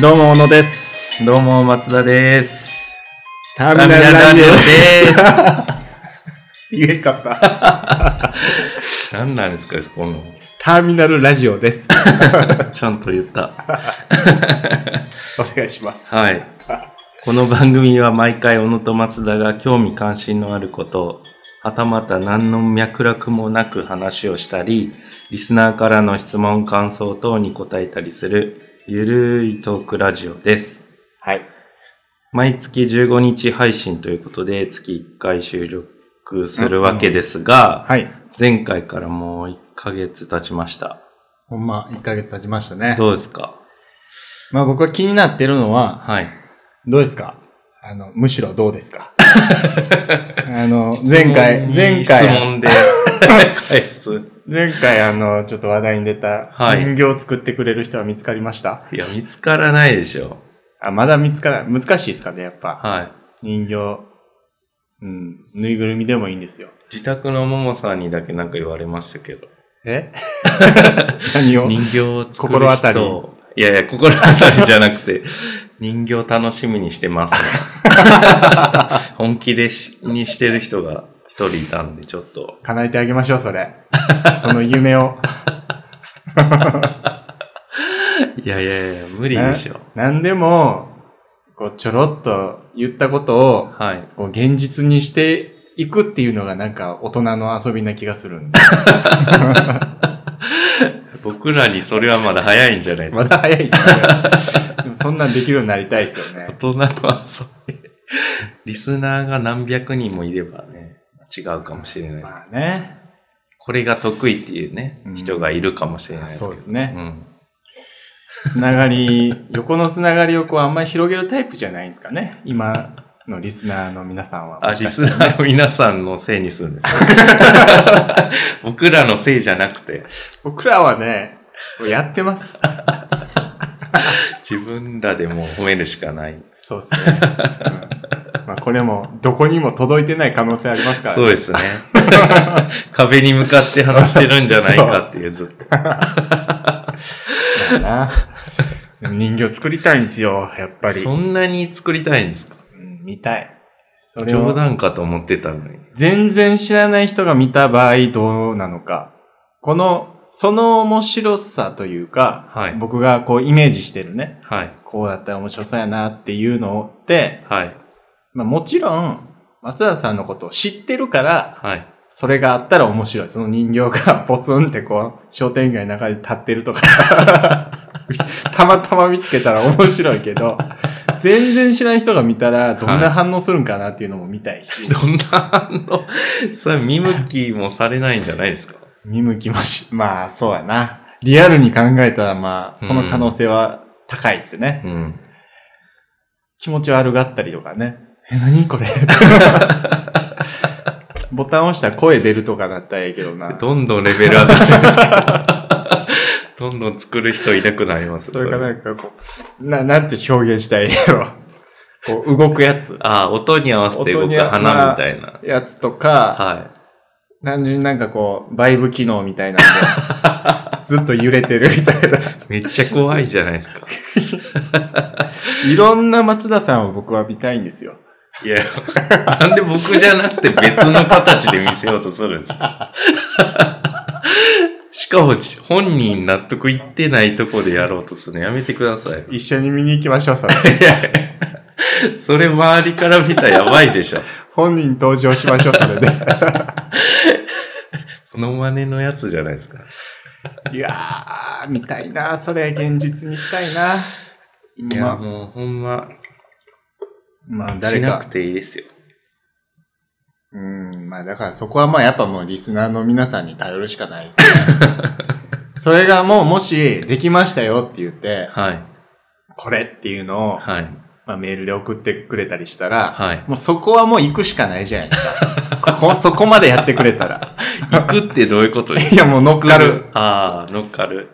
どうも、小野です。どうも、松田です。ターミナルラジオす。言えんかった。何なんですか、この。 ターミナルラジオ です。ちゃんと言った。お願いします。はい。この番組は毎回、小野と松田が興味関心のあること、はたまた何の脈絡もなく話をしたり、リスナーからの質問、感想等に答えたりする、ゆるいトークラジオです。はい。毎月15日配信ということで、月1回収録するわけですが、はい。前回からもう1ヶ月経ちました。ほんま、1ヶ月経ちましたね。どうですかまあ僕は気になってるのは、はい。どうですかあの、むしろどうです かあの、前回、前質回、問で返す。 前回あの、ちょっと話題に出た、はい人形を作ってくれる人は見つかりましたいや、見つからないでしょ。あ、まだ見つからない。難しいですかね、やっぱ。はい。人形、うん、ぬいぐるみでもいいんですよ。自宅のももさんにだけなんか言われました けど。え 何を人形を作る心人当たりいやいや、心当たりじゃなくて、 人形楽しみにしてます、ね。 本気でし、にしてる人が一人いたんで、ちょっと。叶えてあげましょう、それ。その夢を。いやいやいや、無理でしょ。何でも、こう、ちょろっと言ったことを、はい。こう、現実にしていくっていうのがなんか大人の遊びな気がするんで。僕らにそれ はまだ早いんじゃないですまか。だ早いですね。 でもそんなんできるようになりたいですよね。大人の遊び。リスナーが何百人もいればね、違うかもしれないですけど。まあね。これが得意っていうね、うん人がいるかもしれないですけそうど。ですね。ん。つながり、横のつながりをこう、あんまり広げるタイプじゃないんですかね。今のリスナーの皆さんは。あ、もしリかしスてナーの皆さんのせいにするんですか 僕らのせいじゃなくて、僕らはね、もうやってます。自分らでもう褒めるしかない。そうですね。うん、まあこれも、どこにも届いてない可能性ありますから、そうですね。 壁に向かって話してるんじゃないかっていうずっと。だな。でも人形作りたいんですよ、やっぱり。そんなに作りたいんですかうん、見たい。それ冗を、談かと思ってたのに。全然知らない人が見た場合どうなのか。この、その面白さというか、はい。僕がこうイメージしてるね、はい。こうだったら面白そうやなっていうのって、はい。まあもちろん、松田さんのことを知ってるから、はい。それがあったら面白い。その人形が ポツンってこう、商店街の中で立ってるとか、 たまたま見つけたら面白いけど、全然知らない人が見たらどんな反応するんかなっていうのも見たいし、どんな反応それ見向きもされないんじゃないですか見向きもし、まあそうやな。リアルに考えたらまあ、その可能性は高いですね。うん。気持ち悪がったりとかね。え、何 これボタン押したら声出るとかだったらええけどな。どんどんレベル上がるんですけど、どんどん作る人いなくなります。それかなれんかこう、な、なんて表現したらいいやろ。こう、動くやつ。ああ、音に合わせて動音にく合わ花みたいな。やつとか、は単純になんかこう、バイブ機能みたいなん で、ずっと揺れてるみたいな。い。めっちゃ怖いじゃないですか。いろんな松田さんを僕は見たいんですよ。いや、なんで僕じゃなくて別の形で見せようとするんですかしかも、本人納得いってないとこでやろうとするのやめてくださ い。一緒に見に行きましょう、それ。いやいやそれ周りから見たらやばいでしょ。本人登場しましょう、それで。この真似のやつじゃないですか。 いやー、見たいなそれ、現実にしたいないいや、まあ、もうほんま、まあ、し誰なかく。ていいですよ。うん、まあだからそこはまあやっぱもうリスナーの皆さんに頼るしかないですね。 それがもうもしできましたよって言って、はい。これっていうのを、はい。まあ、メールで送ってくれたりしたら、はい。もうそこはもう行くしかないじゃないですか。こ こそこまでやってくれたら。行くってどういうこと ですいやもう乗っか作る。。ああ、乗っかる。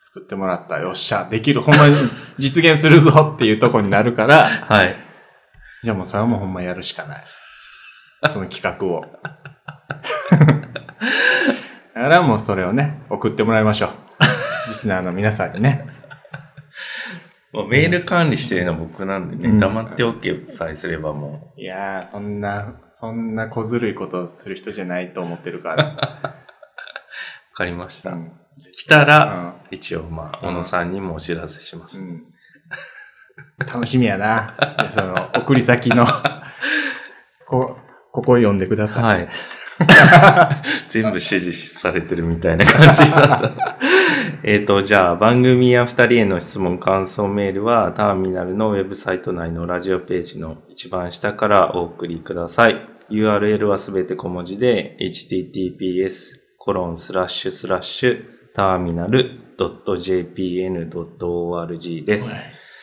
作ってもらった。よっしゃ、できる。ほんまに実現するぞっていうとこになるから、はい。じゃあもうそれはもうほんまやるし かない。その企画を。だか らもうそれをね、送ってもらいましょう。リスナーの皆さんにね。もうメール管理してるのは僕なんでね、うん黙っておけさえすればもいやー、そんな、そんな小ずるいことをする人じゃないと思ってる から。う、わかりました。うん来たうら、ん一応まあ、小うん野さんにもお知らせしまうす。ん、楽しみや な。その、送り先の、 こ、ここ読んでください。はい。 全部指示されてるみたいな感じになった。 えっと、じゃあ、番組や2人への質問、感想メールは、ターミナルのウェブサイト内のラジオページの一番下からお送りください。URL はすべて小文字で、https:// コロンスラッシュスラッシュターミナル .jpn.org です。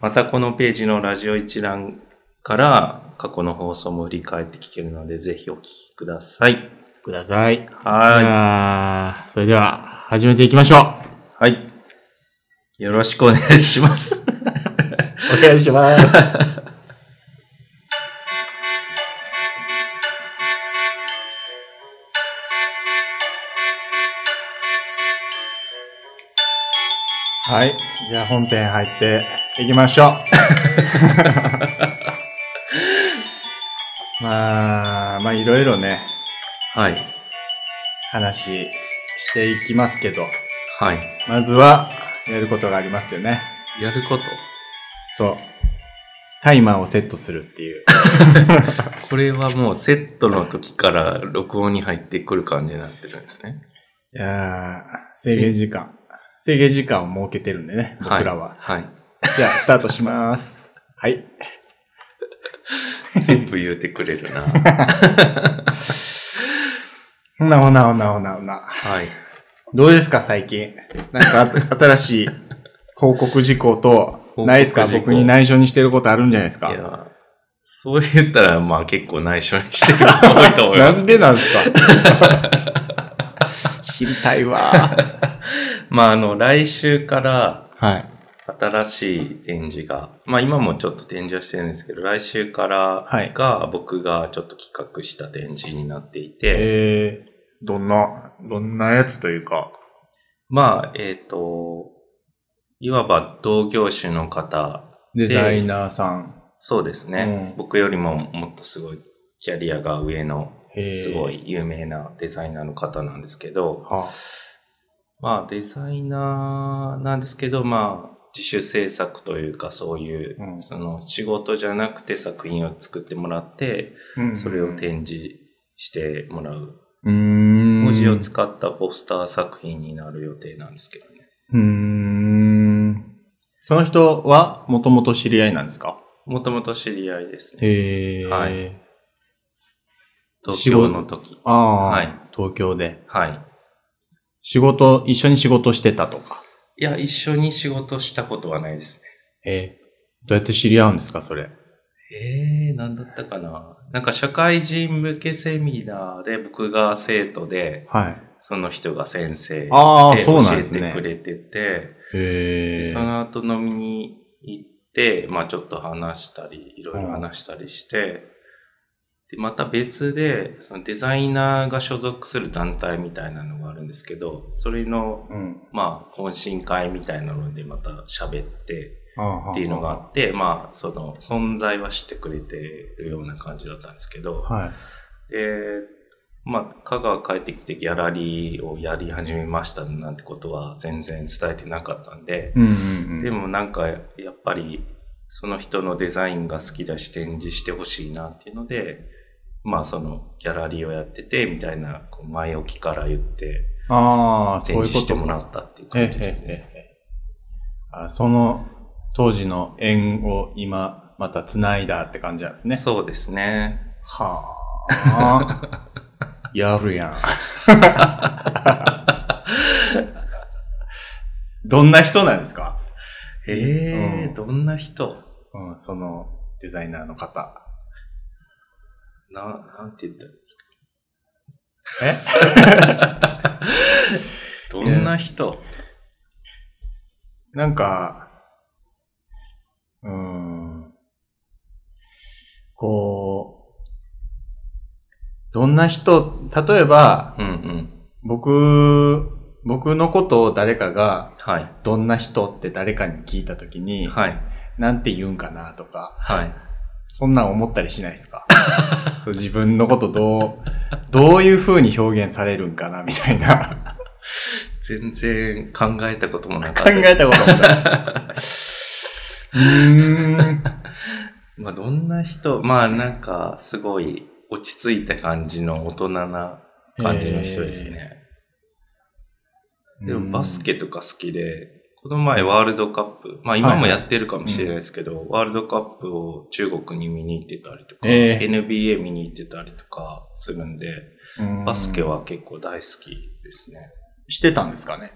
またこのページのラジオ一覧から過去の放送も振り返って聞けるので、ぜひお聞きください。ください。じはゃあ、それでは、始めていきましょう。い。はい。よろしくお願いします。 お願いします。はい。じゃあ本編入っていきましょう。 まあ、まあいろいろね、はい。話していきますけど、はい。まずはやることがありますよね。やること。そう。タイマーをセットするっていう。これはもうセットの時から録音に入ってくる感じになってるんですね。いやー制限時間。制限時間を設けてるんでね、い僕らは。はい。じゃあ、スタートします。はい。全部言うてくれ るな。はほなほなほなほなほな。い。どうですか、最近。なんか、あ新しい広告事項 と、項ないですか僕に内緒にしてることあるんじゃないですいか。や、そう言ったら、まあ結構内緒にしてる人多いと思いまなす。んでなんですか 知りたいわ。まああの、来週から、はい。新しい展示が、まあ今もちょっと展示はしてるんですけど、来週からが僕がちょっと企画した展示になっていて、えー、どんな、どんなやつというか。まあ、えっ、と、いわば同業種の方、デザイナーさん。そうですね、うん僕よりももっとすごいキャリアが上のへーすご。い有名なデザイナーの方なんですけど、はまあデザイナーなんですけど、まあ自主制作というかそういう、うんその仕事じゃなくて作品を作ってもらって、あそれを展示してもらう。うーん。文字を使ったポスター作品になる予定なんですけどね。うーん。その人はもともと知り合いなんですかもともと知り合いですね。へえ。はい。東仕京事の時。ああ、はい東京で。はい。仕事、一緒に仕事してたとか。いや、一緒に仕事したことはないですね。えー、どうやって知り合うんですか、それ。えー、なんだったかな。なんか社会人向けセミナーで僕が生徒で、はい。その人が先生であ教あ、そうなんえですてねく。れてて、へでえそ。の後飲みに行って、まあちょっと話したり、いろいろ話したりして、で、また別で、そのデザイナーが所属する団体みたいなのがあるんですけど、それの、うん。まあ懇親会みたいなのでまた喋ってっっていうのがあって、まあその存在は知ってくれてるような感じだったんですけど、はい。で、まあ、香川帰ってきてギャラリーをやり始めましたなんてことは全然伝えてなかったんで、うんうんうん。でもなんかやっぱりその人のデザインが好きだし展示してほしいなっていうので、まあそのギャラリーをやっててみたいなこう前置きから言ってああ、そう展いう示こしてともらったっていう感じですね。ええええあその当時の縁を今また繋いだって感じなんですね。そうですね。はあ。やるやん。どんな人なんですか、へえ、うんどんな人うん、そのデザイナーの方。な、なんて言ったらいいです えかどんな人なんか、うーん、こう、どんな人、例えば、うん僕僕のことを誰かが、はい。どんな人って誰かに聞いたときに、はい。なんて言うんかなとか、はい。そんなん思ったりしないですか そう自分のことどう、どういう風に表現されるんかなみたいな。全然考えたこともなかっ考たです。えたこともない。うーん。まあ、どんな人、まあ、なんか、すごい落ち着いた感じの大人な感じの人ですね。でもバスケとか好きで、この前ワールドカップ、まあ今もやってるかもしれないですけど、ワールドカップを中国に見に行ってたりとか、ええ NBA 見に行ってたりとかするんで、うんバスケは結構大好きですね。してたんですかね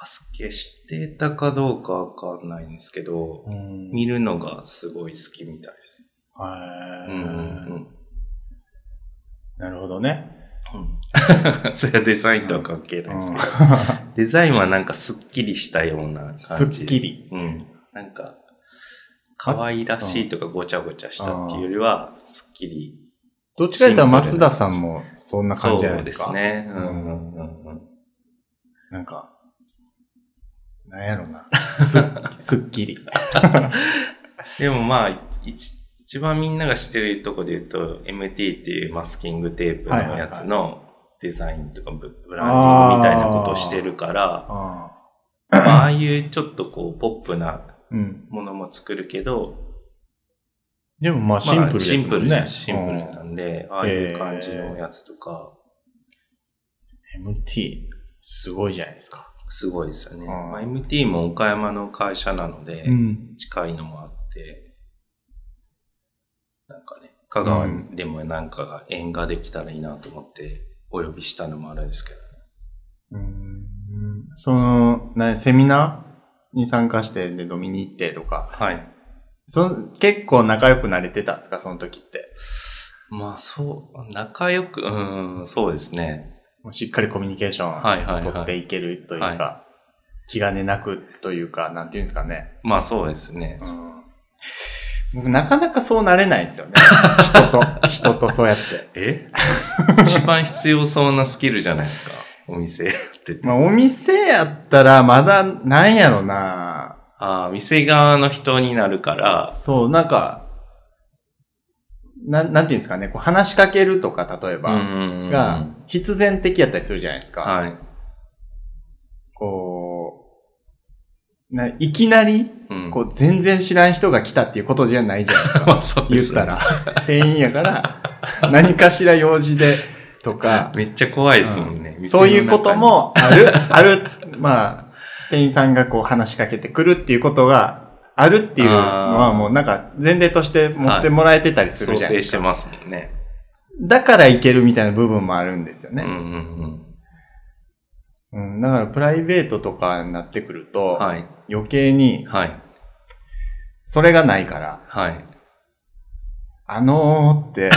バスケしてたかどうかわかんないんですけど、見るのがすごい好きみたいです。はうい、んうんなるほどね。うん。 それはデザインとは関係ないですけど、デザインはなんかすっきりしたようなすっ感じ。きり。うん。なんか、可愛らしいとかごちゃごちゃしたっていうよりは、すっきり。どっちかというと松田さんもそんな感じじゃないですか。そうですね。ううんんうんうんうん。なんか、なんやろな。すっ すっきり。でもまあ、一一番みんなが知ってるとこで言うと、MT っていうマスキングテープのやつのデザインとかブブランディングみたいなことをしてる から、あまあああいうちょっとこう、ポップなーうん、ものも作るけど、でもまあシンプルですもんまね。あシンプルシンプルなんで、ああいう感じのやつとか、うん MT、すごいじゃないですか。すごいですよね。うんまあ、MT も岡山の会社なので、ん。近いのもあって、なんかね、香川でもなんかが縁ができたらいいなと思って、お呼びしたのもあるんですけど。うんその、なセミナーに参加して、で、飲みに行ってとか、はい。その結構仲良くなれてたんですか、その時って。まあそう、仲良く、うん、そうですね。もうしっかりコミュニケーションはいはいはいを取っていけるというか、は気兼ねなくというか、なんていうんですかね。まあそうですね。僕、なかなかそうなれないんですよね。 人と、人とそうやって。え一番必要そうなスキルじゃないですか。お店やってて。まあ、お店やったら、まだ、なんやろなああ、店側の人になるから、そう、なんか、なん、なんていうんですかね、こう話しかけるとか、例えうんば、うんうん。が、必然的やったりするじゃないですか。はい。こう、ないきなり、うんこう、全然知らん人が来たっていうことじゃないじゃないですか。 まあ そうで言っすねたら。店員やから、 何かしら用事で、とか、めっちゃ怖いですもんね。店のそ中うにいうこと。もある、ある、まあ、店員さんがこう話しかけてくるっていうことがあるっていうのあはーもうなんか前例として持ってもらえてたりする想じゃないで定すしか。てますもんね。だからいけるみたいな部分もあるんですようんうね。んうん、だからプライベートとかになってくうるとん。、はい。余計にはい。それがないから、はい。あのーって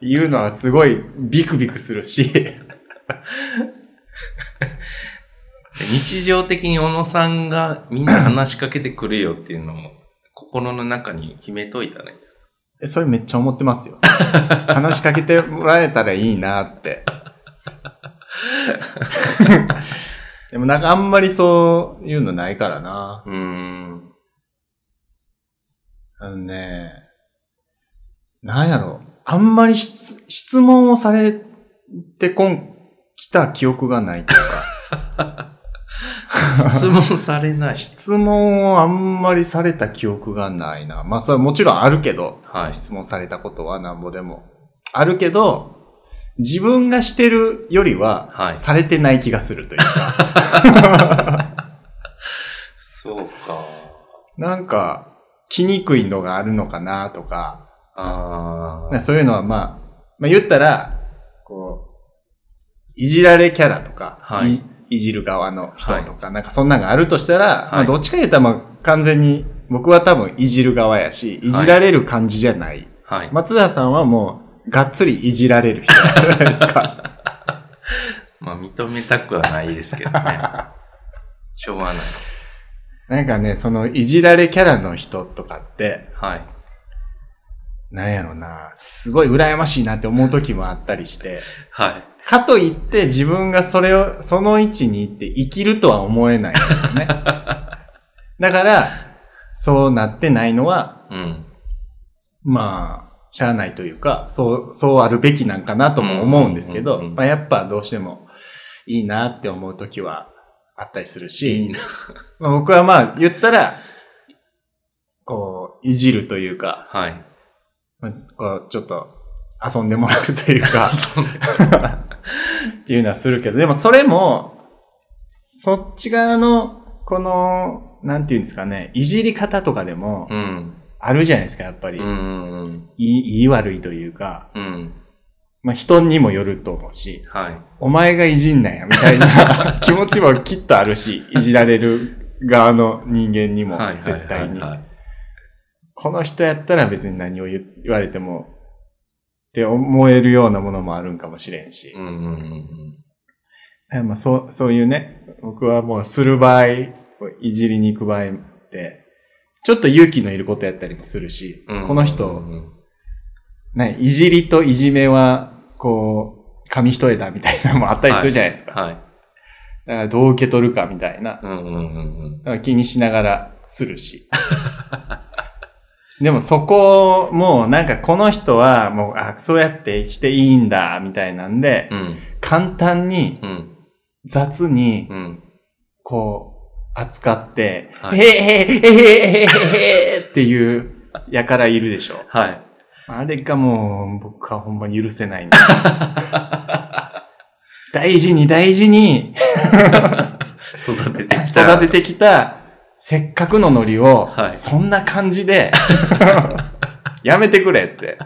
言うのはすごいビクビクするし、日常的に小野さんがみんな話しかけてくれよっていうのを心の中に決めといたね。えそれめっちゃ思ってますよ。話しかけてもらえたらいいなって。でもなんかあんまりそういうのないからな。うーん。あのね、なんやろ。あんまり質質問をされてこん、来た記憶がないというか。 質問されない。質問をあんまりされた記憶がないな。まあそれはもちろんあるけど、はい。質問されたことはなんぼでも。あるけど、自分がしてるよりは、はい。されてない気がするというか。そうか。なんか、来にくいのがあるのかなとか、あーなんかそういうのはまあ、まあ言ったら、こう、いじられキャラとか、はいい、いじる側の人とか、なんかそんなんがあるとしたら、まはあいどっちか言ったらまあ完全に、僕は多分いじる側やし、いじられる感じじゃない。はい。ま、松田さんはもう、がっつりいじられる人じゃないですか。 あ、認めたくはないですけど ね。しょうがない。なんかね、そのいじられキャラの人とかって、はい。なんやろな、すごい羨ましいなって思う時もあったりして、はい。かといって自分がそれを、その位置に行って生きるとは思えないんですよ ね。だから、そうなってないのは、うん。まあ、しゃあないというか、そう、そうあるべきなんかなとも思うんですけうんうんうんどう、んまあやっぱどうしてもいいなって思う時はあったりするし、いいな。まあ、僕はまあ言ったら、こう、いじるというか、はい。まあこうちょっと遊んでもらうという か、そうね。っていうのはするけど、でもそれも、そっち側の、この、なんていうんですかね、いじり方とかでもう、ん。あるじゃないですか、やっぱり。うんうんいい、いい悪いというか、うん。うん。まあ人にもよると思うし、はい。お前がいじんなや、みた いな気持ちもきっとあるし、いじられる側の人間にもはい。、絶対はに。いはいはいこの人やったら別に何を言言われても、って思えるようなものもあるんかもしれんしう。んうんうんえまあ、そう、そういうね、僕はもうする場合、いじりに行く場合って、ちょっと勇気のいることやったりもするし、うん。うんこのう人、んうんね、いじりといじめは、こう、紙一重だみたいなのもあったりするじゃないですか。はい。だからどう受け取るかみたいな。うんうんうんうん。だから気にしながらするし。でもそこもなんかこの人はもう、あ、そうやってしていいんだ、みたいなんで、うん。簡単にうん。雑にうん。こう、扱って、はいへえへえへえへえへえへえっていう、やからいるでしょ。はい。あれがもう、僕はほんまに許せないんだ大事に大事に育ててきた。 育ててきた、せっかくのノリを、はいそんな感じで、 やめてくれって。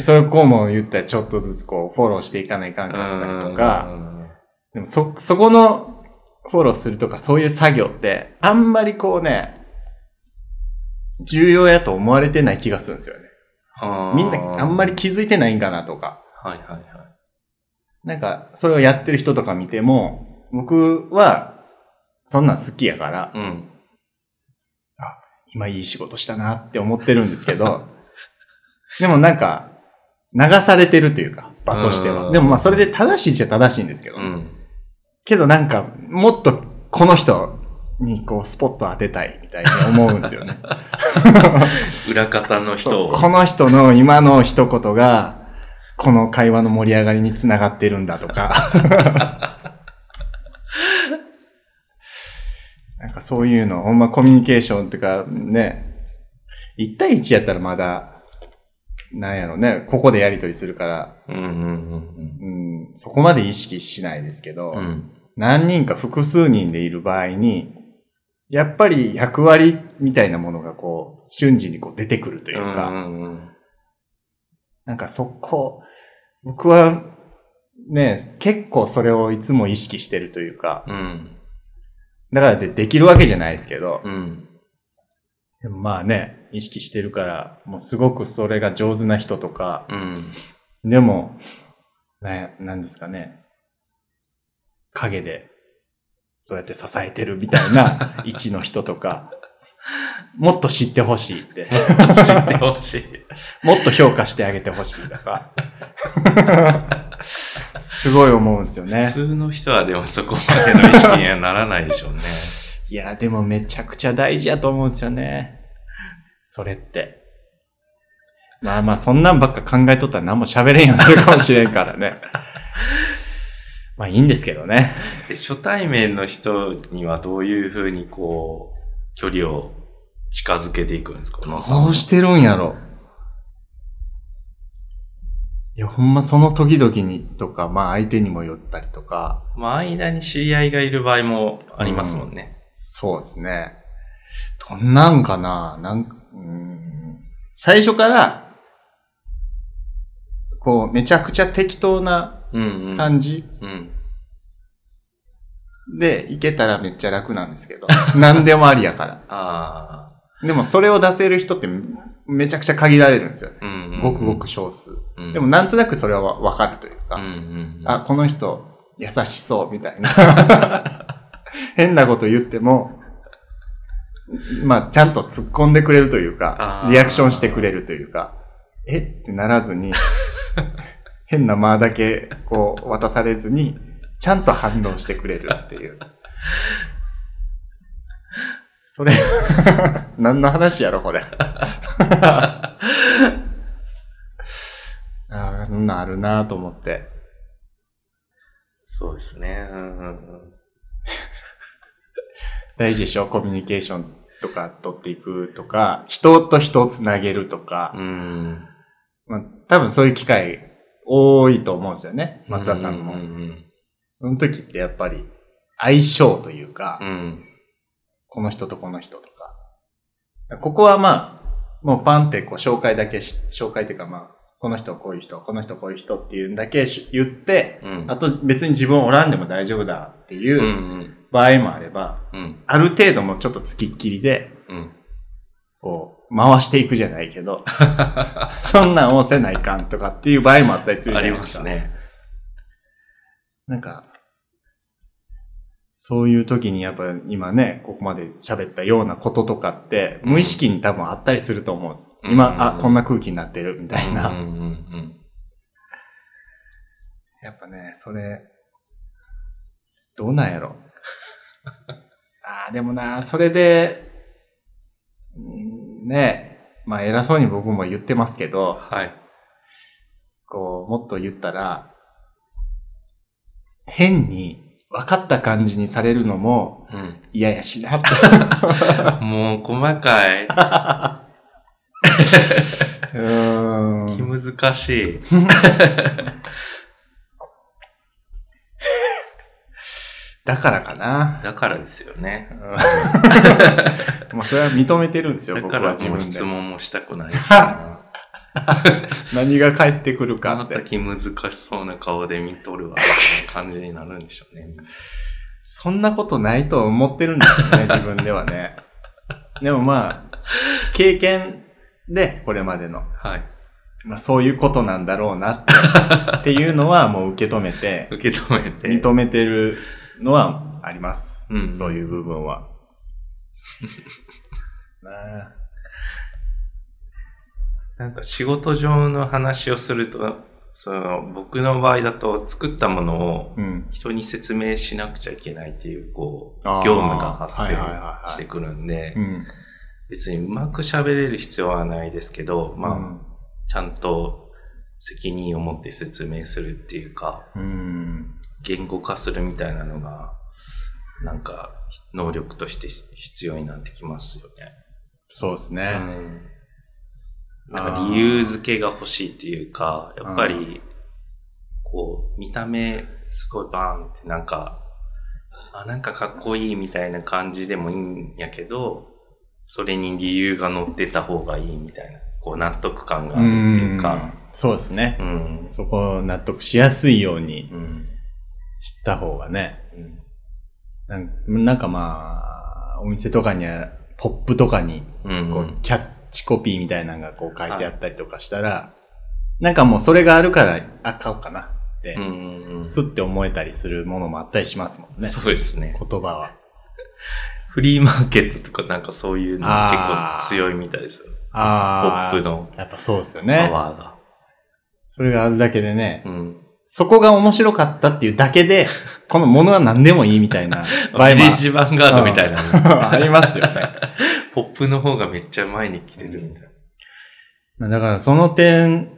それをこうも言ったらちょっとずつこうフォローしていかないかんかったりとか、でもそ、そこのフォローするとかそういう作業って、あんまりこうね、重要やと思われてない気がするんですよね。みんなあんまりは気づいてないんかなとか。いはいはい。なんか、それをやってる人とか見ても、僕は、そんなん好きやから、うん。今いい仕事したなって思ってるんですけど、 でもなんか、流されてるというか、場としてうは。んでもまあそれで正しいっちゃ正しいんですけど、うん。けどなんか、もっとこの人にこうスポット当てたいみたいに思うんですよね。裏方の人を。この人の今の一言が、この会話の盛り上がりにつながってるんだとか。 なんかそういうの、ほんまコミュニケーションっていうかね、1対1やったらまだ、なんやろね、ここでやりとりするから、うんうんうん、そこまで意識しないですけど、うんうん。うん。何人か複数人でいる場合に、やっぱり役割みたいなものがこう、瞬時にこう出てくるというか、うんうんうんなんかそこ、僕はね、結構それをいつも意識してるというか、うん。だからでできるわけじゃないですけど、うん。でもまあね、意識してるから、もうすごくそれが上手な人とか、 うん。でも、ね、なんですかね、影で、そうやって支えてるみたいな位置の人とか、もっと知ってほしいって、知ってほしい。もっと評価してあげてほしいとか、すごい思うんですよね普。通の人はでもそこまでの意識にはならないでしょうね。いや、でもめちゃくちゃ大事やと思うんですよね。それって。まあまあ、そんなんばっか考えとったら何も喋れんようになるかもしれんから ね。まあいいんですけどね。で初対面の人にはどういうふうにこう、距離を近づけていくんですか小野さんどうしてるんやろ。いや、ほんまその時々にとか、まあ相手にもよったりとか、まあ、間に知り合いがいる場合もありますもんね。そうですね。どんなんかななんか、うーん。最初から、こう、めちゃくちゃ適当なうん、うん。感じうん。でいけたらめっちゃ楽なんですけど。 何でもありやから。あでもそれを出せる人ってめちゃくちゃ限られるんですよね。あ。うん、うん。ごくごく少数。うん。でもなんとなくそれはわわかるといううん、か、うん。あ、、この人優 しそうみたいな。変なこと言っても、まあ、ちゃんと突っ込んでくれるというかあ、ーリアクションしてくれるというか、えってな らずに、変な間だけ、こう、渡されずに、ちゃんと反応してくれるっていう。それ、 何の話や ろ、これ。ああ、そんなんあるなと思って。そうですね。うんうんうん大事でしょコミュニケーションとか取っていくとか、人と人をつなげるとか、うん。まあ、多分そういう機会多いと思うんですよね。松田さんも。うんうんその時ってやっぱり相性というか、うん。うんこの人とこの人とか。ここはまあ、もうパンってこう紹介だけし、紹介というかまあ、この人はこういう人、この人はこういう人っていうんだけし言って、うん。あと別に自分おらんでも大丈夫だってうんういうん場合もあれば、うんある程度もうちょっとつきっきりで、うん。こう、回していくじゃないけ ど、そんなんをせないかんとかっていう場合もあったりするじあゃりないでますか。すね。なんか、そういう時にやっぱ今ね、ここまで喋ったようなこととかって、うん無意識に多分あったりすると思うんです。うん今、あ、こんな空気になってるみたいな。うんうんうん やっぱね、それ、どうなんや ろ。ああ、でもな、それで、うんね、まあ偉そうに僕も言ってますけうん。ど、はい。こう、もっと言ったら、変に分かった感じにされるのも、うん。いやいやしなって。もう細かい。うー気ん。難しい。だからかな。だからですよね。 もうそれは認めてるんですよ、だ僕かはら自もう分質で。問もしたく ないし。何が返ってくるかまったて。気難しそうな顔で見とるわ。感じになるんでしょうね。そんなことないと思ってるんですよ ね、自分ではね。でもまあ、経験で、これまでの。はい。まあそういうことなんだろうな ってっていうのはもう受け止めて、受け止めて。認めてるのはあります。うんそういう部 分は。なあなんか仕事上の話をすると、その僕の場合だと作ったものをうん。人に説明しなくちゃいけないっていう、こうあ、ー業務が発はいはいはいは生いしてくるんでう、ん。別にうまく喋れる必要はないですけど、まあ、ちゃんと責任を持って説明するっていうか、あ、うん。言語化するみたいなのが、なんか、能力として必要になってきますよね。そうですうね。んなんか理由付けが欲しいっていうか、やっぱうり、こう、見た目、すごいバーンってなんか、あ、なんかかっこいいみたいな感じでもいいんやけど、それに理由が乗ってた方がいいみたいな、こう、納得感があるっていうか、そうですねう。ん。そこを納得しやすいようにうん。した方がね。うん。なんなんかまあ、お店とかには、ポップとかに、うんこう、キャッチコピーみたいなのがこう書いてあったりとかしたら、なんかもうそれがあるから、あ、買おうかなってう、んうんすって思えたりするものもあったりしますもんね。そうですね。言葉は。フリーマーケットとかなんかそういうの結あー構強いみたいですよ。ポあップ。のやっぱそうですよパね。ワーが。それがあるだけでね、うん。そこが面白かったっていうだけ で、このものは何でもいいみたいな場合もビレッジヴァンガードみたいな。 ありますよね。ポップの方がめっちゃ前に来てるみたいな。 まあだからその点、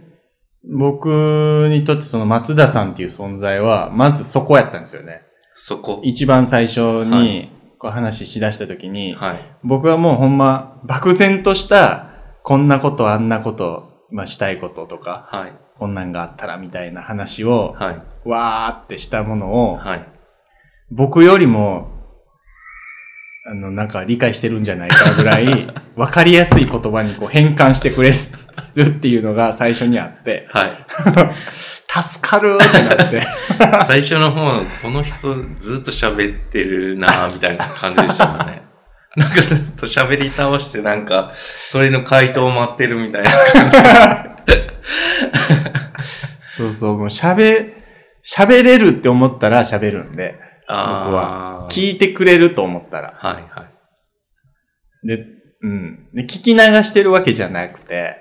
僕にとってその松田さんっていう存在は、まずそこやったんですよね。そこ。一番最初はに、こう話ししだした時に、はい。僕はもうほんま、漠然とした、こんなこと、あんなこと、まあしたいこととか、はい。こんなんがあったらみたいな話を、はい。わーってしたものを、はい。僕よりも、あの、なんか理解してるんじゃないかぐらい、わかりやすい言葉にこう変換してくれるっていうのが最初にあって、はい。 助かるってなって、最初の方、この人ずっと喋ってるなぁ、みたいな感じでしたもんね。 なんかずっと喋り倒して、なんか、それの回答を待ってるみたいな感じ。そうそう、もう喋、喋れるって思ったら喋るんで、あー聞いてくれると思ったら。はいはい。で、うん。で、聞き流してるわけじゃなくて、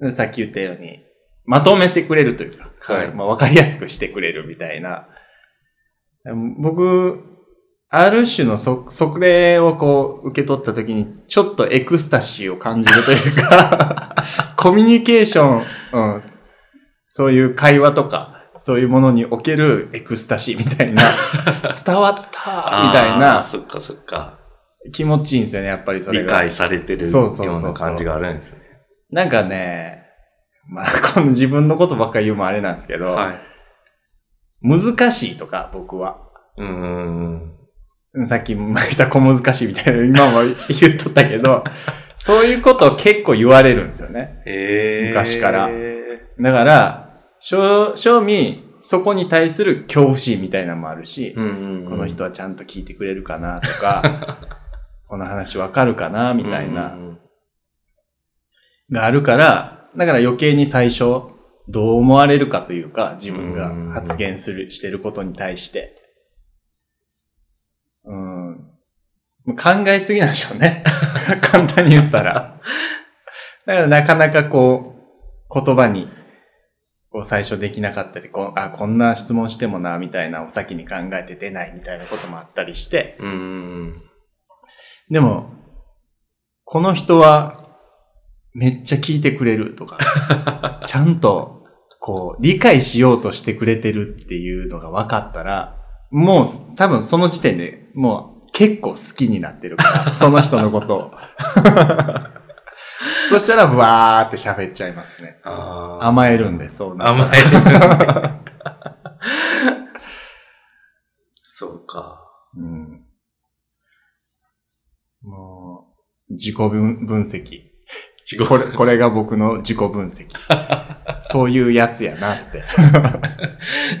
うん。さっき言ったように、まとめてくれるというか、はいまあ、わかりやすくしてくれるみたいな。僕、ある種のそ、それをこう、受け取った時に、ちょっとエクスタシーを感じるというか、コミュニケーション、うん、そういう会話とか、そういうものにおけるエクスタシーみたいな、伝わったみたいあーなそっかそっか。気持ちいいんですよね、やっぱりそれ理が。解されてるそうそうそうよそううな感じがあるんですね。なんかね、まあ、この自分のことばっかり言うもあれなんですけど、はい。難しいとか、僕は。うーん。うんさっきも言った小難しいみたいな、今も言っとったけど、そういうことを結構言われるんですよね。へー昔からだから、正正味、そこに対する恐怖心みたいなのもあるし、うんうん。この人はちゃんと聞いてくれるかなと か、この話わかるかなみたいなうん、うんうん。があるから、だから余計に最初、どう思われるかというか、自分が発言する、してることに対して。うん。考えすぎなんでしょうね。 簡単に言ったら。だからなかなかこう、言葉に、こう最初できなかったり、こうあ、こんな質問してもな、みたいなお先に考えて出ないみたいなこともあったりして、うんうんでも、この人は、めっちゃ聞いてくれるとか、ちゃんと、こう、理解しようとしてくれてるっていうのが分かったら、もう、多分その時点で、もう、結構好きになってるから、その人のことを。そしたら、わーって喋っちゃいますね。あー甘えるんで、そうなる。甘える。そうか。うん。もう、自己分分析。自己これ、これが僕の自己分 析。そういうやつやなって。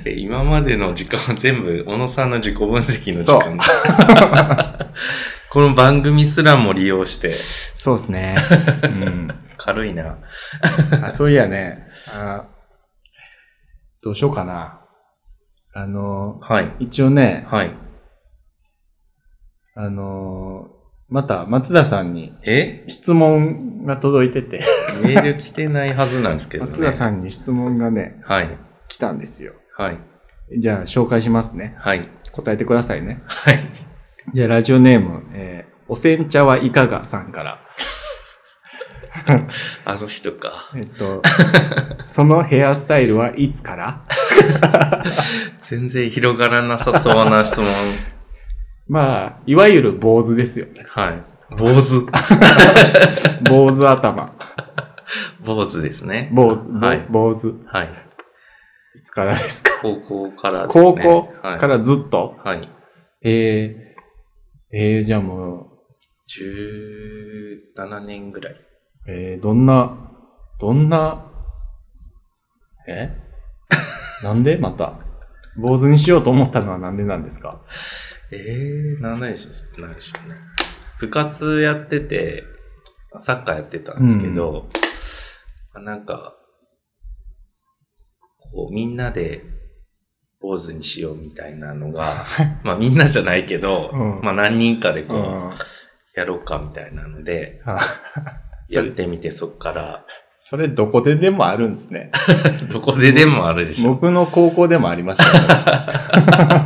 え今までの時間は全部、小野さんの自己分析の時そう間だこの番組すらも利用して、そうですね。うん軽いな。あ。そういやねあ、どうしようかな。あの、はい。一応ね、はい。あの、また松田さんにえ質問が届いてて、メール来てないはずなんですけどね。松田さんに質問がね、はい。来たんですよ。はい。じゃあ紹介しますね。はい。答えてくださいね。はい。じゃあラジオネーム、えーお煎茶はいかがさんから。 あの人か。えっと、そのヘアスタイルはいつから全然広がらなさそうな質 問。まあ、いわゆる坊主です よね。はい。坊主。坊主頭。坊主ですね。坊主、はい坊主。はい。いつからですか高校からですね。高校はいからずっと、はい。えー、えー、じゃあも17年ぐらい。う、えー、どんな、どんな、えなんでまた。坊主にしようと思ったのはなんでなんですかええー、なんでしょう、なんでしょうね。部活やってて、サッカーやってたんですけど、なんか、こう、みんなで、坊主にしようみたいなの が、まあみんなじゃないけど、うんまあ何人かでこうう、ん。あやろうかみたいなので、そやれってみてそっから、それどこででもあるんですね。どこででもあるでしょ。僕の高校でもありました よ、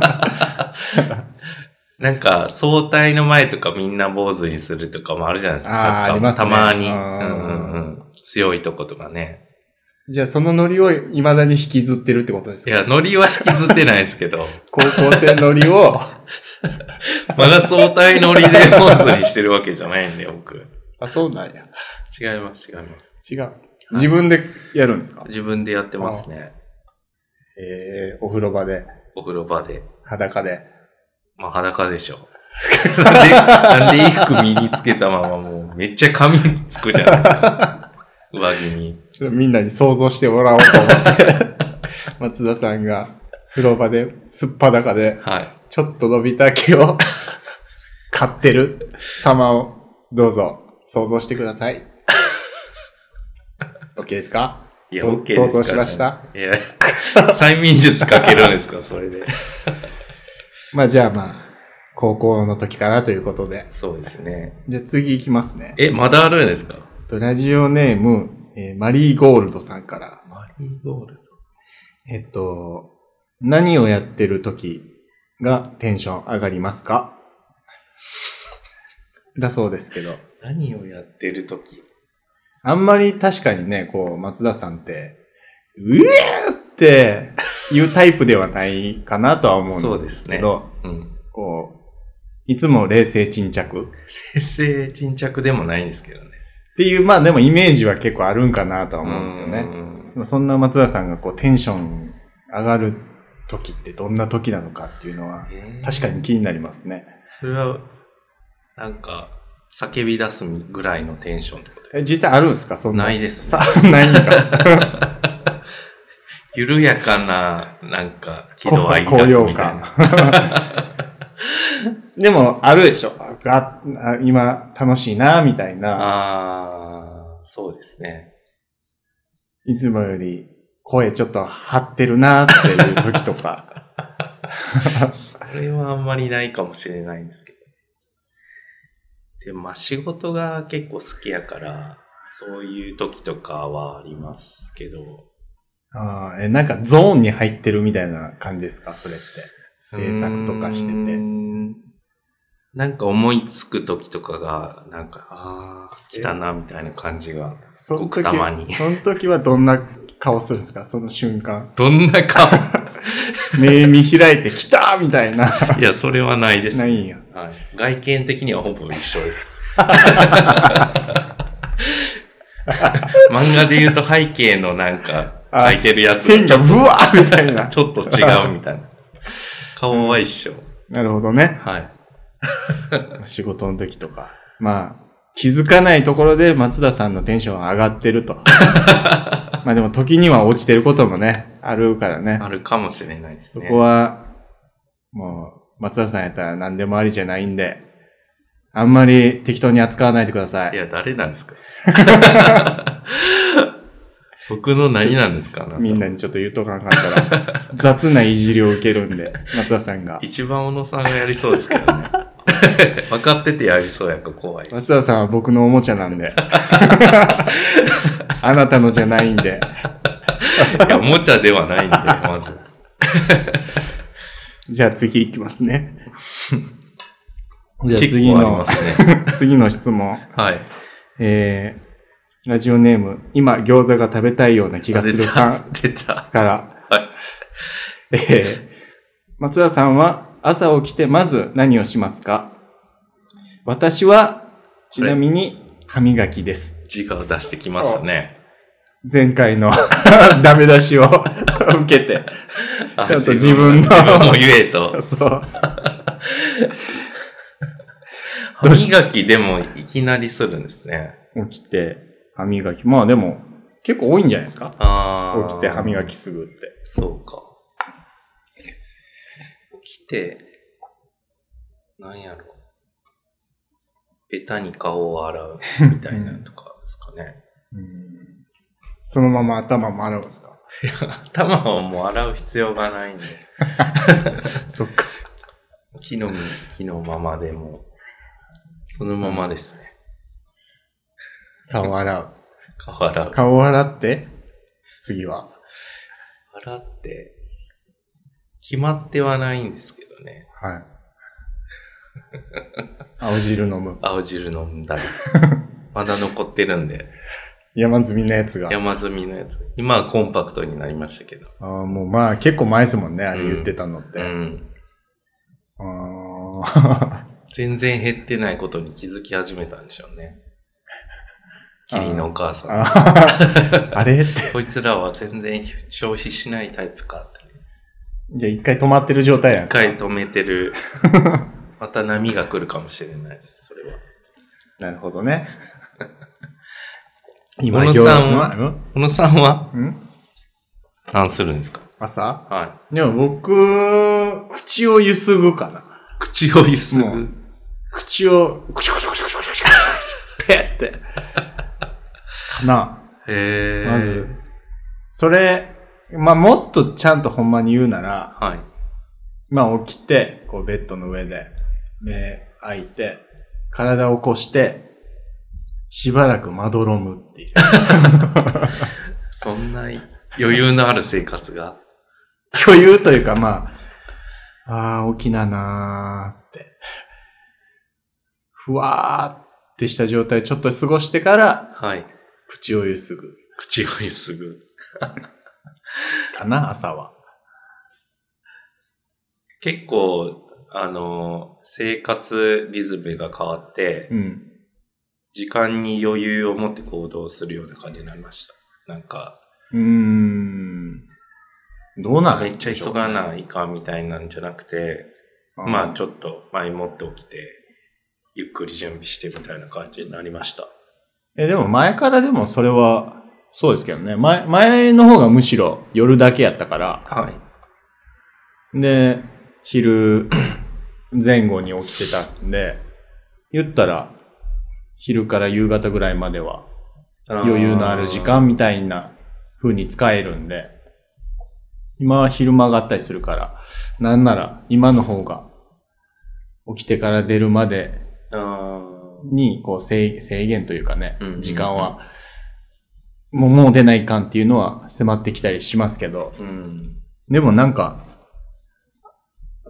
なんか、総体の前とかみんな坊主にするとかもあるじゃないですか、あサッカーーもありますねたまに。ううんんうんうん。強いとことかね。じゃあそのノリを未だに引きずってるってことですいかや、ノリは引きずってないですけど、 高校生ノリを、まだ相対ノリでコースにしてるわけじゃないんで、僕。 あ、そうなんや。違います、違います。違う。自分でやるんですか自分でやってますね。えー、お風呂場で、お風呂場で。裸で。まあ裸でしょ。なんで、なんで衣服身につけたままもうめっちゃ髪つくじゃないですか。上着に。ちょっとみんなに想像してもらおうと思って。 松田さんが、風呂場で、すっぱだかで、はい。ちょっと伸びた毛を、買ってる様を、どうぞ、想像してくだ さい。OK ですかいや、お OK ですか想像しましたいや、催眠術かけるんですか、それで。まあじゃあまあ、高校の時からということで。そうですね。じゃあ次行きますね。え、まだあるんですかとラジオネーム、えーマリーゴールドさんから。マリーゴールえっと、何をやってる時がテンション上がりますかだそうですけど。ド。何をやってる時あんまり確かにね、こう、松田さんって、うえーって言うタイプではないかなとは思そううんでですすけね。ど、うん。こう、いつも冷静沈着っ平成沈着でもないんですけどね。ていう、まあでもイメージは結構あるんかなとは思うんですようね。んでもそんな松田さんがこう、テンション上がる時ってどんな時なのかっていうのは、えー確かに気になりますね。それは、なんか、叫び出すぐらいのテンションってことえ実際あるんですかそんな。ないです、さね。、ないんか。 緩やかな、なんか、喜怒哀高楽揚みたい感な。。でも、あるでしょ。ああ、今、楽しいな、みたいな。ああ、そうですね。いつもより、声ちょっと張ってるな、っていう時 とか。それはあんまりないかもしれないんですけど。でも、まあ、仕事が結構好きやから、そういう時とかはありますけど、あーえなんか、ゾーンに入ってるみたいな感じですかそれって。制作とかしてうーて。ん。なんか思いつく時とかが、なんか、ああ、来たな、みたいな感じが。そのごく時たまにその時はどんな顔するんですかその瞬間。どんな 顔目見開いて、きたみたいな。 いや、それはないです。ないんや。はい、外見的にはほぼ一緒 です。漫画で言うと背景のなんか、あ空いてるやつ線がブワーみたい な。ちょっと違うみたいな。顔は一緒。なるほどね。はい。仕事の時とか。まあ、気づかないところで松田さんのテンションが上がって ると。まあでも時には落ちてることもね、あるからね。あるかもしれないですそね。こは、もう、松田さんやったら何でもありじゃないんで、あんまり適当に扱わないでくださいい。や、誰なんですか 僕の何なんですかあたみんなにちょっと言うとかなかったら、 雑ないじりを受けるんで、松田さんが。一番小野さんがやりそうですけどね。 分かっててやりそうやから怖い。松田さんは僕のおもちゃなん で。あなたのじゃないんで。いや、おもちゃではないん で、まず。じゃあ次行きますね。じゃ 結あ次構ありのま、すね。次の 質問。はい。えー、ラジオネーム、今餃子が食べたいような気がするさん出た。から、はいえー、松田さんは朝起きてまず何をしますか私は、ちなみに歯磨きです。自我を出してきましたね。前回の ダメ出しを 受けて。あちょっと自分の自分も言えと。 そう。歯磨きでもいきなりするんですね。起きて歯磨き。まあでも、結構多いんじゃないですかああ。起きて歯磨き。すぐって。そうか。起きて、なんやろ。ベタに顔を洗うみたいなとかですかね。そのまま頭も洗うんですか頭をもう洗う必要がないんで。 そっか。木の実、木のままでも、そのままですね。顔洗う。顔洗う。顔洗って、次は。洗って、決まってはないんですけどね。 はい。青汁飲む。青汁飲んだり。まだ残ってるんで、山積みのやつが。山積みのやつ。今はコンパクトになりましたけど。あーもうまあ結構前ですもんね、あれ言ってたのって。うん。あー全然減ってないことに気づき始めたんでしょうね。キリンのお母さん。あー あれって。こいつらは全然消費しないタイプかって。じゃあ一回止まってる状態なん一です回か止めて る。また波が来るかもしれないです、それは。なるほどね。小野さんは餃子小野さんはうん何するんですか朝はでも僕、口をゆすぐかな。い。口をゆすもうぐ。口を、クシュクシュクシュクシュクシュクシュペッて。かな。へえ。まず。それ、まあ、もっとちゃんとほんまに言うなら、はい。まあ、起きて、こう、ベッドの上で、目開いて、体を起こして、しばらくまどろむっていう。そんな余裕のある生活が。 余裕というかまあ、ああ、大きななーって。ふわーってした状態をちょっと過ごしてから、はい。口をゆすぐ。口をゆすぐ。かな、朝は。結構、あの、生活リズムが変わって、うん。時間に余裕を持って行動するような感じになりました。なんか、うーん。どうなるめっちゃ急がないかんみたいなんじゃなくて、あまあちょっと前もって起きて、ゆっくり準備してみたいな感じになりました。え、でも前からでもそれは、そうですけどね。前、前の方がむしろ夜だけやったから。はい。で、昼前後に起きてたんで、言ったら、昼から夕方ぐらいまでは余裕のある時間みたいな風に使えるんで、今は昼間があったりするから、なんなら今の方が起きてから出るまであー。にこう制制限というかねうんうんう、ん時間は、もうもう出ないかんっていうのは迫ってきたりしますけど、うん。でもなんか、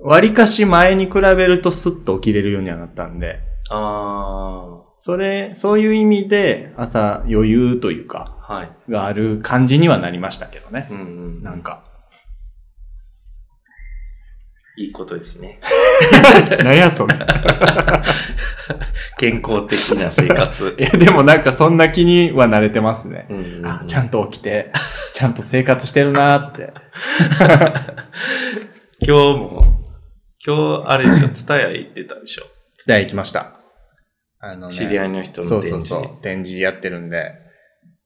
割かし前に比べるとスッと起きれるようにはなったんで、あそれ、そういう意味で朝余裕というか、ー。はい。がある感じにはなりましたけどね。うんうん。なんか。いいことですね。なんやそれ。健康的な生活。 え、でもなんかそんな気には慣れてますね。うんうんうんあ、ちゃんと起きて、ちゃんと生活してるなーって。今日も、今日あれでしょ、ツタヤ行ってたでしょ。伝え行きました。あの知り合いの人そのうそ展う示。そう。展示やってるんで。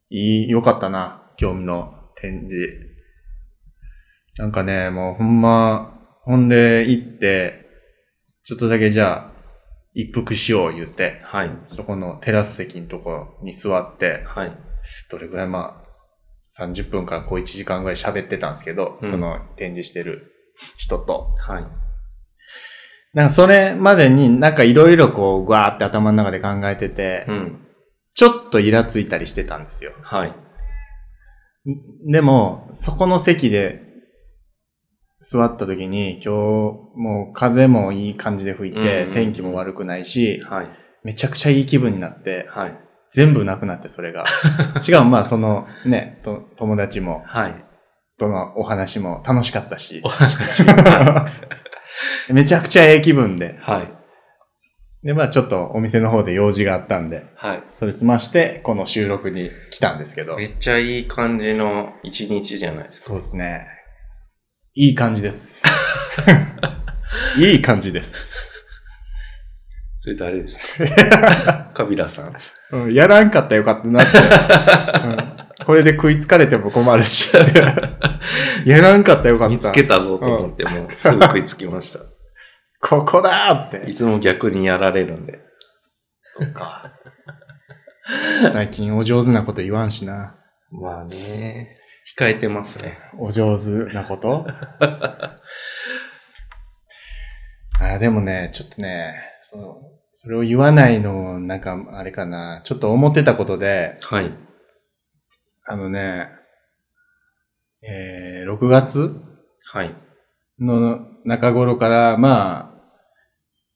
いい、よかったな。興味の展示。なんかね、もうほんま、ほんで行って、ちょっとだけじゃあ、一服しよう言うて、はい。そこのテラス席のところに座って、はい。どれぐらいまあ、30分からこう1時間ぐらい喋ってたんですけど、うんその展示してる人と。はい。なんかそれまでになんかいろいろこう、わーって頭の中で考えてて、うん。ちょっとイラついたりしてたんですよ。はい。でも、そこの席で座った時に、今日もう風もいい感じで吹いて、うんうん天気も悪くないし、はい。めちゃくちゃいい気分になって、はい。全部なくなってそれ が。しかもまあそのね、と友達も、はい。とのお話も楽しかったしお、話。 めちゃくちゃええ気分で。はい。でまあちょっとお店の方で用事があったんで、はい。それ済まして、この収録に来たんですけど。めっちゃいい感じの一日じゃないですそうですね。いい感 じです。いい感じです。か。それ誰です かカビラさん。うんやらんかったらよかったなって。うんこれで食いつかれても困る し。やらんかったらよかった。見つけたぞと思って、もうすぐ食いつきまし。ここだーったいて。つも逆にやられるんで。そうか。最近お上手なこと言わんしな。まあね。控えてますね。お上手なこと あーでもね、ちょっとね、その、それを言わないの、なんか、あれかな、ちょっと思ってたことで、はい。あのね、えー、6月はい。の中頃から、まあ、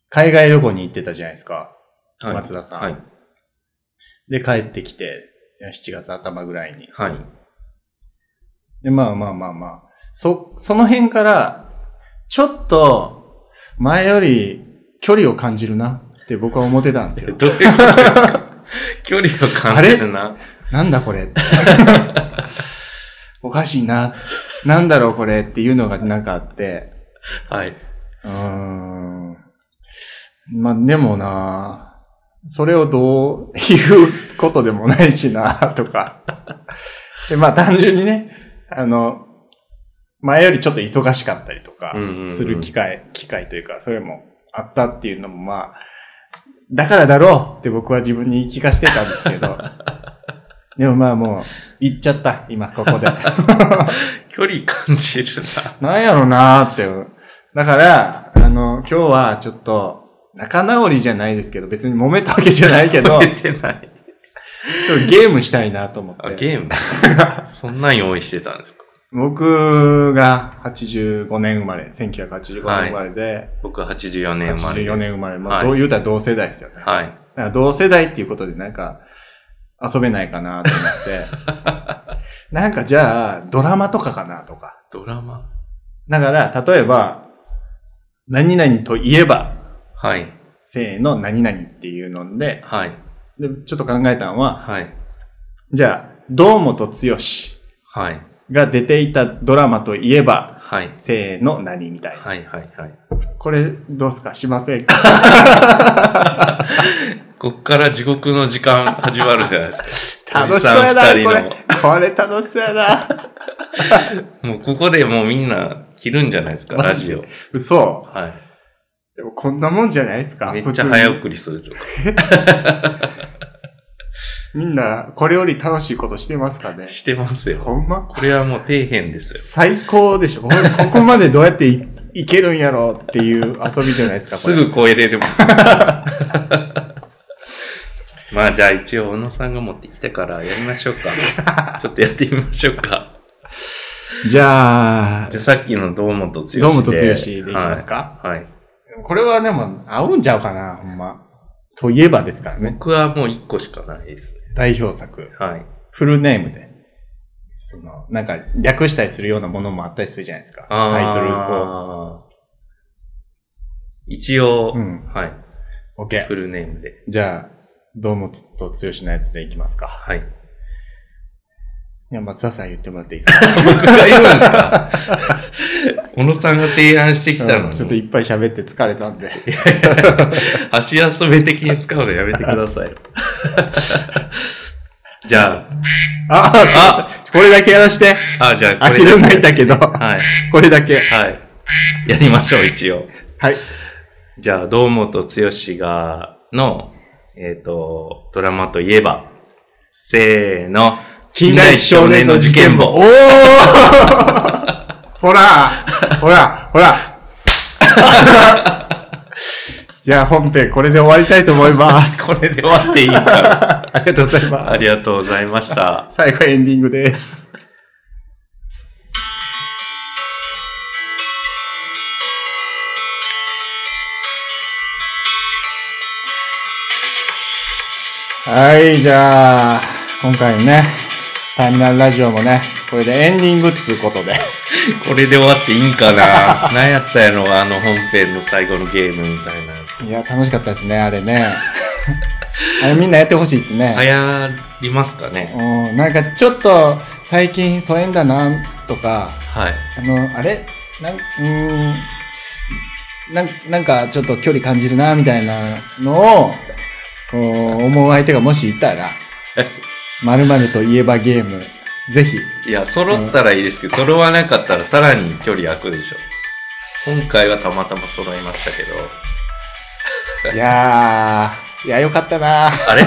海外旅行に行ってたじゃないですか。はい。松田さんはい。で、帰ってきて、7月頭ぐらいに。はい。で、まあまあまあまあ。そ、その辺から、ちょっと、前より距離を感じるなって僕は思ってたんですえ よ。どういうことですか 距離を感じるな。なんだ これおかしいな。なんだろうこれっていうのがなんかあって。はい。うーん。まあでもな、それをどういうことでもないしな、とか。でまあ単純にね、あの、前よりちょっと忙しかったりとかうんうんうんする機会、機会というか、それもあったっていうのもまあ、だからだろうって僕は自分に言い聞かしてたんですけ ど。でもまあもう、言っちゃった、今ここで。距離感じるな。なんやろなーって。だから、あの、今日はちょっと、仲直りじゃないですけど、別に揉めたわけじゃない けど、ちょっ出てない。とゲームしたいなと思あ、って。ゲーム そんなん用意してたんですか僕が85年生まれ、1985年生まれで、僕84年生まれです。 84年生まれ、まはあ、いどう言うたら同世代ですよね。はい。だから同世代っていうことでなんか遊べないかなと思 って。なんかじゃあドラマとかかなとか。ドラマだから例えば、何々といえば、はい。せーの何々っていうので、はい。でちょっと考えたのは、はい。じゃあ、堂本剛はい。が出ていたドラマといえば、はい。せーの何みたいな。はい。はい。はい。これどうすかしませんかこっから地獄の時間始まるじゃないですか。 楽しそうやな、おじこさん二れ。これ楽しそうやな。人の。もうここでもうみんな切るんじゃないですか、マラジジでオ。嘘。はい。でもこんなもんじゃないですかめっち普通ゃに早送りするとか。みんな、これより楽しいことしてますかねしてますよ。ほんまこれはもう底辺ですよ。最高でしょこれここまでどうやっていいけるんやろうっていう遊びじゃないですか、こすれ。ぐ超えれるもん。 まあじゃあ一応小野さんが持ってきたからやりましょう か。ちょっとやってみましょうか。じゃあじ、ゃあさっきの堂本剛で。堂本剛でいきますか、はい。はい。これはでも合うんちゃうかな、ほんま。といえばですからね。僕はもう一個しかないですね。代表作。はい。フルネームで。その、なんか、略したりするようなものもあったりするじゃないですか。タイトルを。を。一応、うんはい。フ OK。ルネームで。じゃあ、堂本と剛のやつでいきますか。はい。いや、松田さん言ってもらっていいですか 僕が言うんです か小野さんが提案してきたのうんに。ちょっといっぱい喋って疲れたん で。足休め的に使うのやめてください。 じゃああこれだけやらして。あ、あ、じゃああこきれ。らめいはたけど、い。これだけ。はい。やりましょう、一応。はい。じゃあ、堂本剛が、の、えっ、と、ドラマといえば、せーの、近代少年の事件お簿。お ほらほらほら じゃあ本編これで終わりたいと思います。これで終わっていいから。 ありがとうございまありがとうございました。す。 最後エンディングです。はい、じゃあ、今回ね、ターミナルラジオもね、これでエンディングっつうことで。これで終わっていいんか な何やったんやろあの本編の最後のゲームみたいなやつ。いや、楽しかったですね、あれね。 あれみんなやってほしいですね。流行りますかねうん、なんかちょっと最近疎遠だなとか、はい。あの、あれなん、うーん、なんなんかちょっと距離感じるなみたいなのを、こう思う相手がもしいた ら、〇〇といえばゲーム、ぜひ。いや、揃ったらいいですけど、揃わなかったらさらに距離空くでしょ。今回はたまたま揃いましたけど。いやー、いや、よかったなあ れ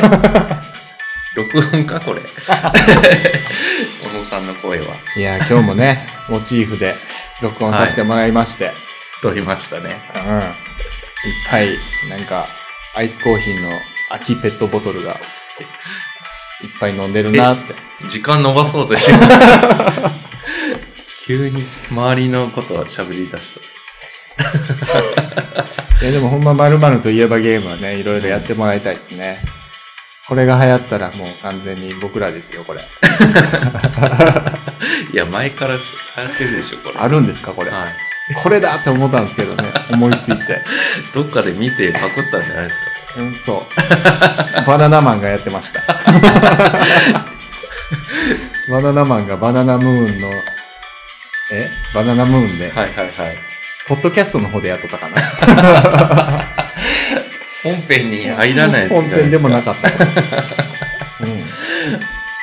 録音か これ。小野さんの声は。いや、今日もね、モチーフで録音させてもらいまして。撮りましたね。うん。いっぱい、なんか、アイスコーヒーの空きペットボトル が、いっぱい飲んでるなって。時間伸ばそうとしてます。急に周りのことを喋り出した。いや、でもほんま〇〇といえばゲームはね、いろいろやってもらいたいですね。これが流行ったらもう完全に僕らですよ、これ。いや、前からし流行ってるでしょ、これ。あるんですか、これ。はい。これだって思ったんですけど ね、思いついて。どっかで見てパクったんじゃないですうん、 そう。バナナマンがやってま した。バナナマンがバナナムーンの、えバナナムーンで、か。はいはいはい。ポッドキャストの方でやっとっ たかな。本編に入らないやつじゃない本編でですか。もなかった。うん。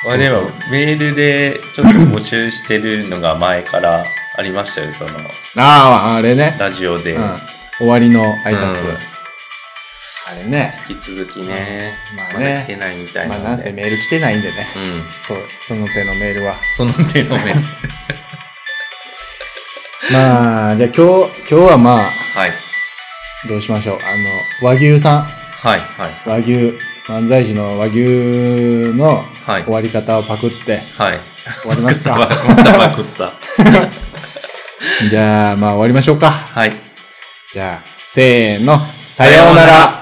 まあでも、メールでちょっと募集してるのが前からありましたよ、その、ああ、あれね。ラジオで。うん。終わりの挨拶。うんあれね。引き続きね、まあまだ来てね。ないみたいまなあんで。なんせメール来てないんでね。うん。そう、その手のメールは。その手のメール。まあ、じゃあ今日、今日はまあ、はい。どうしましょう。あの、和牛さはい、はい、ん、和牛、漫才師の和牛のはい終。わり方をパクってはい。終わりますまか。たまくった。じゃあ、まあ終わりましょうか。はい。じゃあ、せーの、さようなら。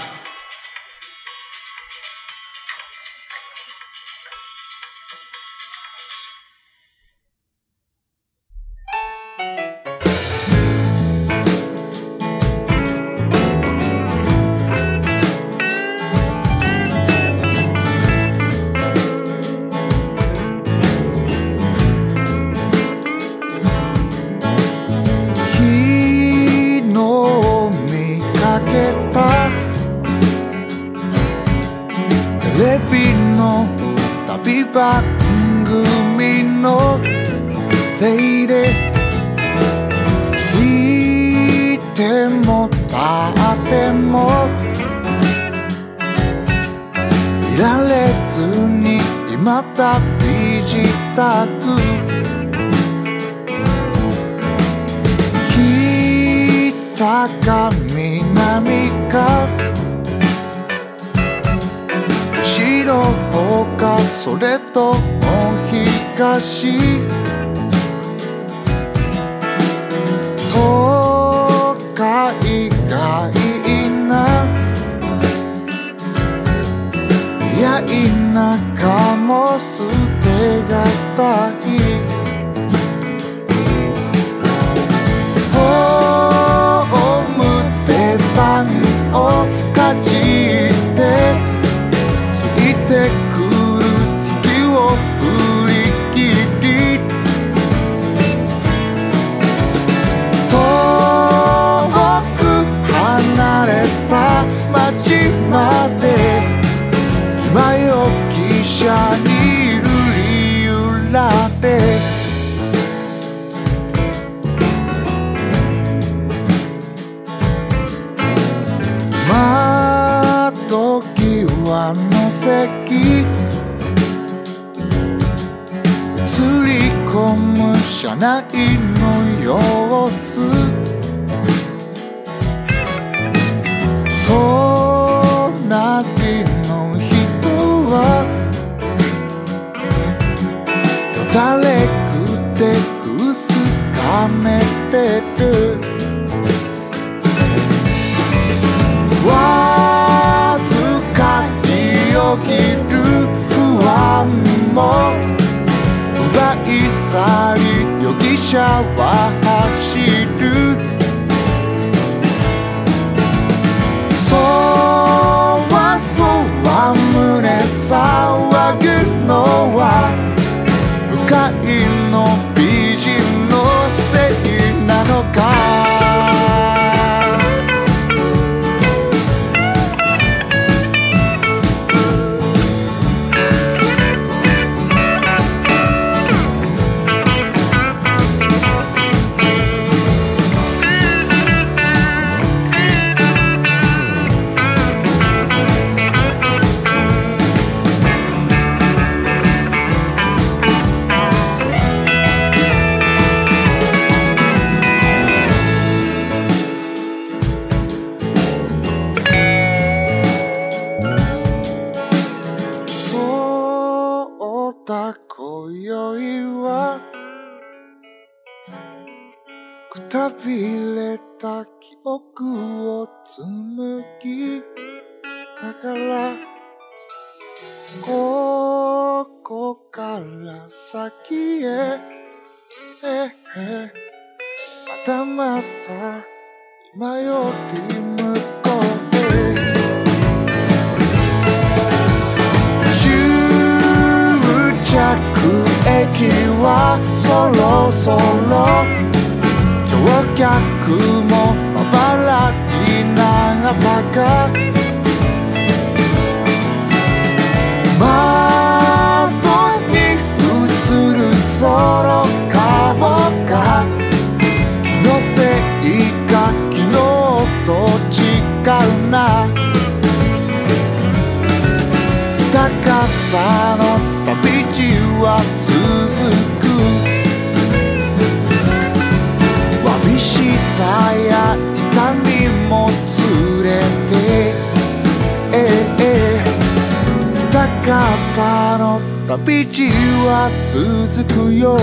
昨日見かけたテレビの旅番組のせいでいてもたってもいられずに今たび自宅北か南か後ろかそれとも東都会がいいないや田舎も捨てがたいホームでパンをかじってついてくる月を振り切り遠く離れた街まで今よ汽車にいる理由らって窓際の席映り込む車内の様子隣の人はよだれくてくすかめてるわずかに起きる不安も奪い去り容疑者は走るそわそわ胸騒ぐのは向かいの美人のせいなのかそうだ今宵はくたびれた記憶を紡ぎながらここから先へええまたまた今より向こうへ終着駅はそろそろ乗客もまばらになったか窓に映るその顔が気のせいか昨日と違うな高田の旅路は続くわびしさや痛みもれて、ええ高田の旅路は続くよ